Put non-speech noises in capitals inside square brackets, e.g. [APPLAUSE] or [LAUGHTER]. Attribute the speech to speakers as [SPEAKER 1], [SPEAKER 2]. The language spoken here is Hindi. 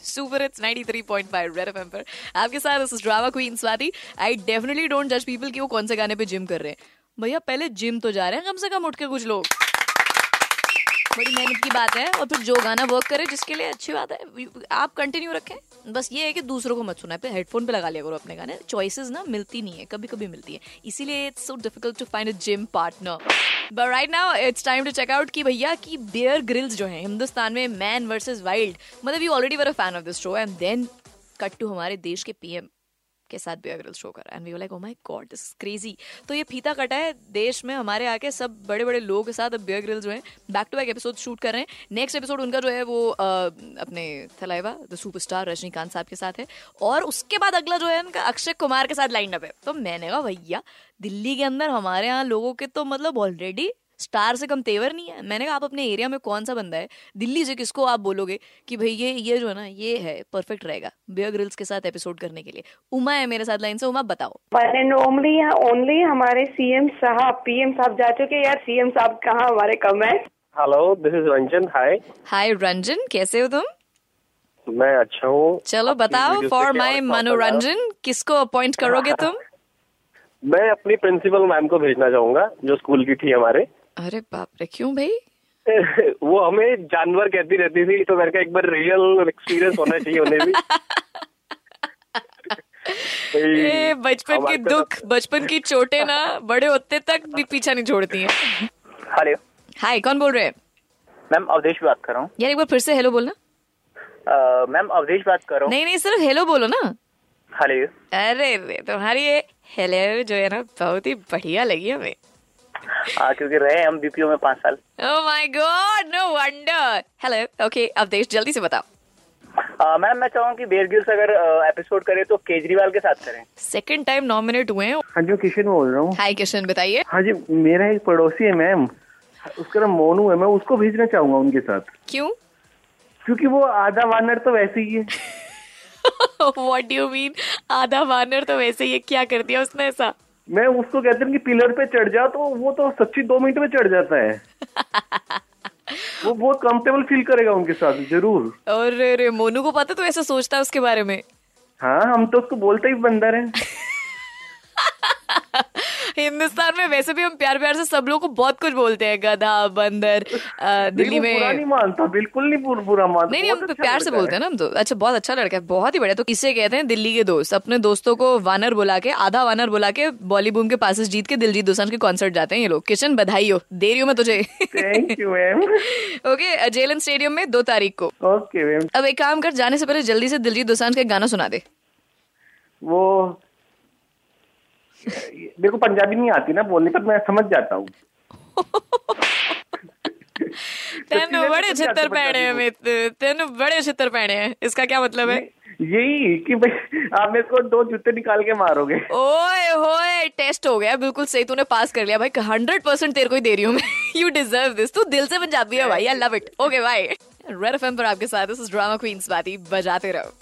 [SPEAKER 1] सुपर इट्स 93.5 रेड एफएम पर आपके साथ this is drama queen Swati I definitely don't जज पीपल कि वो कौन से गाने पे जिम कर रहे हैं भैया पहले जिम तो जा रहे हैं कम से कम उठ के कुछ लोग बड़ी मेहनत की बात है और फिर जो गाना वर्क करे जिसके लिए अच्छी बात है आप कंटिन्यू रखें बस ये है कि दूसरों को मत सुना पे हेडफोन पे लगा लिया करो अपने गाने चॉइसेस ना मिलती नहीं है कभी कभी मिलती है इसीलिए it's so difficult to find a gym partner but right now it's time to check out कि भैया की बियर ग्रिल्स जो है हिंदुस्तान में मैन वर्सेज वाइल्ड मतलब you already were a fan of this show and then cut to हमारे देश के पीएम के साथ बियर ग्रिल्स शो करा and we like oh my God this is crazy तो ये फीता कटा है देश में हमारे आके सब बड़े बड़े लोगों के साथ अब बियर ग्रिल्स जो है back to back episode shoot कर रहे हैं नेक्स्ट एपिसोड उनका जो है वो अ, अपने थलाइवा द सुपरस्टार रजनीकांत साहब के साथ है और उसके बाद अगला जो है उनका अक्षय कुमार के साथ लाइन अप है तो मैंने कहा भैया दिल्ली के अंदर हमारे यहाँ लोगों के तो मतलब ऑलरेडी स्टार से कम तेवर नहीं है मैंने कहा आप अपने एरिया में कौन सा बंदा है दिल्ली से किसको आप बोलोगे कि भाई ये ये जो है ना ये है परफेक्ट रहेगा बियर ग्रिल्स के साथ एपिसोड करने के लिए उमा है मेरे साथ लाइन से उमा बताओ
[SPEAKER 2] वन एंड ओनली ओनली हमारे सीएम साहब पीएम साहब जा चुके हैं यार सीएम साहब कहाँ हमारे कम है
[SPEAKER 3] hello this is Ranjan hi
[SPEAKER 1] hi Ranjan कैसे हो तुम
[SPEAKER 3] मैं अच्छा हूँ
[SPEAKER 1] चलो
[SPEAKER 3] आपकी
[SPEAKER 1] बताओ
[SPEAKER 3] वीडियो
[SPEAKER 1] फॉर
[SPEAKER 3] से
[SPEAKER 1] माय
[SPEAKER 3] क्या बात होगा?
[SPEAKER 1] मनोरंजन किसको अपॉइंट
[SPEAKER 3] [LAUGHS]
[SPEAKER 1] करोगे तुम
[SPEAKER 3] मैं अपनी प्रिंसिपल मैम को भेजना चाहूंगा जो स्कूल की थी हमारे [LAUGHS]
[SPEAKER 1] अरे बाप रे क्यों भाई
[SPEAKER 3] वो हमें जानवर कहती रहती थी तो मेरे का एक बार रियल एक्सपीरियंस होना चाहिए उन्हें
[SPEAKER 1] [LAUGHS]
[SPEAKER 3] भी
[SPEAKER 1] ए,
[SPEAKER 3] भाई,
[SPEAKER 1] बचपन के
[SPEAKER 3] हमारे तो-
[SPEAKER 1] दुख बचपन की चोटें ना बड़े होते तक भी पीछा नहीं छोड़ती हैं
[SPEAKER 4] हेलो
[SPEAKER 1] हाय कौन बोल रहे हैं
[SPEAKER 4] मैम अवधेश बात कर रहा हूँ
[SPEAKER 1] यार एक बार फिर से हेलो बोलना
[SPEAKER 4] अ, मैम अवधेश बात कर रहा हूँ
[SPEAKER 1] नहीं नहीं सिर्फ हेलो बोलो ना
[SPEAKER 4] हेलो
[SPEAKER 1] अरे रे तुम्हारी ये हेलो जो है ना बहुत ही बढ़िया लगी हमें
[SPEAKER 4] हाँ क्योंकि रहे हम बीपीओ में पाँच साल
[SPEAKER 1] oh my God no wonder hello okay Avdhesh जल्दी से बताओ
[SPEAKER 4] अ, मैम मैं चाहूँ कि बेयर ग्रिल्स अगर एपिसोड करे तो केजरीवाल के साथ करें
[SPEAKER 1] सेकंड टाइम नॉमिनेट हुए हैं
[SPEAKER 5] हाँ जी मैं किशन बोल रहा हूँ
[SPEAKER 1] हाय किशन बताइए
[SPEAKER 5] हाँ जी मेरा एक पड़ोसी है मैम उसका नाम मोनू है मैं उसको भेजना चाहूंगा उनके साथ
[SPEAKER 1] क्यों [LAUGHS]
[SPEAKER 5] क्योंकि वो आधा वानर तो वैसे ही है
[SPEAKER 1] व्हाट डू यू मीन आधा वानर तो वैसे ये क्या कर दिया उसने ऐसा
[SPEAKER 5] मैं उसको कहता हूँ कि पिलर पे चढ़ जाओ तो वो तो सच्ची दो मिनट में चढ़ जाता
[SPEAKER 1] [LAUGHS]
[SPEAKER 5] है वो बहुत कंफर्टेबल फील करेगा उनके साथ जरूर
[SPEAKER 1] और रे मोनू को पता तो ऐसा सोचता है उसके बारे में
[SPEAKER 5] हाँ हम तो उसको बोलते ही बंदर हैं
[SPEAKER 1] हिंदुस्तान में वैसे भी हम प्यार प्यार से सब लोग को बहुत कुछ बोलते हैं गधा बंदर अ, [LAUGHS] दिल्ली
[SPEAKER 5] बिल्कुल बुरा
[SPEAKER 1] में
[SPEAKER 5] नहीं मानता बिल्कुल नहीं बुर- बुरा मानता
[SPEAKER 1] नहीं नहीं हम
[SPEAKER 5] बहुत
[SPEAKER 1] तो
[SPEAKER 5] अच्छा
[SPEAKER 1] प्यार से
[SPEAKER 5] लड़का है।
[SPEAKER 1] बोलते हैं ना हम तो अच्छा बहुत अच्छा लड़का है बहुत ही बढ़िया तो किसे कहते हैं दिल्ली के दोस्त अपने दोस्तों को वानर बुला के आधा वानर बुला के बॉलीवुड के पासेस जीत के दिलजीत दोसांझ के कॉन्सर्ट जाते हैं ये लोग किशन बधाई हो दे रही हूँ मैं तुझे [LAUGHS]
[SPEAKER 5] [LAUGHS] थैंक यू मैम
[SPEAKER 1] ओके जेलन स्टेडियम में दो तारीख को
[SPEAKER 5] ओके मैम
[SPEAKER 1] अब एक काम कर जाने से पहले जल्दी से दिलजीत दोसांझ का गाना सुना दे
[SPEAKER 5] तो वो मेरे को पंजाबी नहीं आती ना बोलने पर मैं समझ जाता हूँ
[SPEAKER 1] तेन
[SPEAKER 5] मैं
[SPEAKER 1] बड़े
[SPEAKER 5] तो क्या
[SPEAKER 1] छितर
[SPEAKER 5] समझ
[SPEAKER 1] पैणे हैं
[SPEAKER 5] जाती हूँ।
[SPEAKER 1] अमित तेन बड़े छितर पैणे हैं इसका क्या मतलब है
[SPEAKER 5] यही कि भाई आप मेरे को दो जूते निकाल के मारोगे
[SPEAKER 1] ओए होए टेस्ट हो गया बिल्कुल सही तूने पास कर लिया भाई हंड्रेड परसेंट तेरे को ही दे रही हूँ मैं [LAUGHS] यू डिजर्व दिस तू दिल से पंजाबी है भाई I love it okay bye red FM पर आपके साथ दिस इज ड्रामा क्वींस बाती बजाते रहो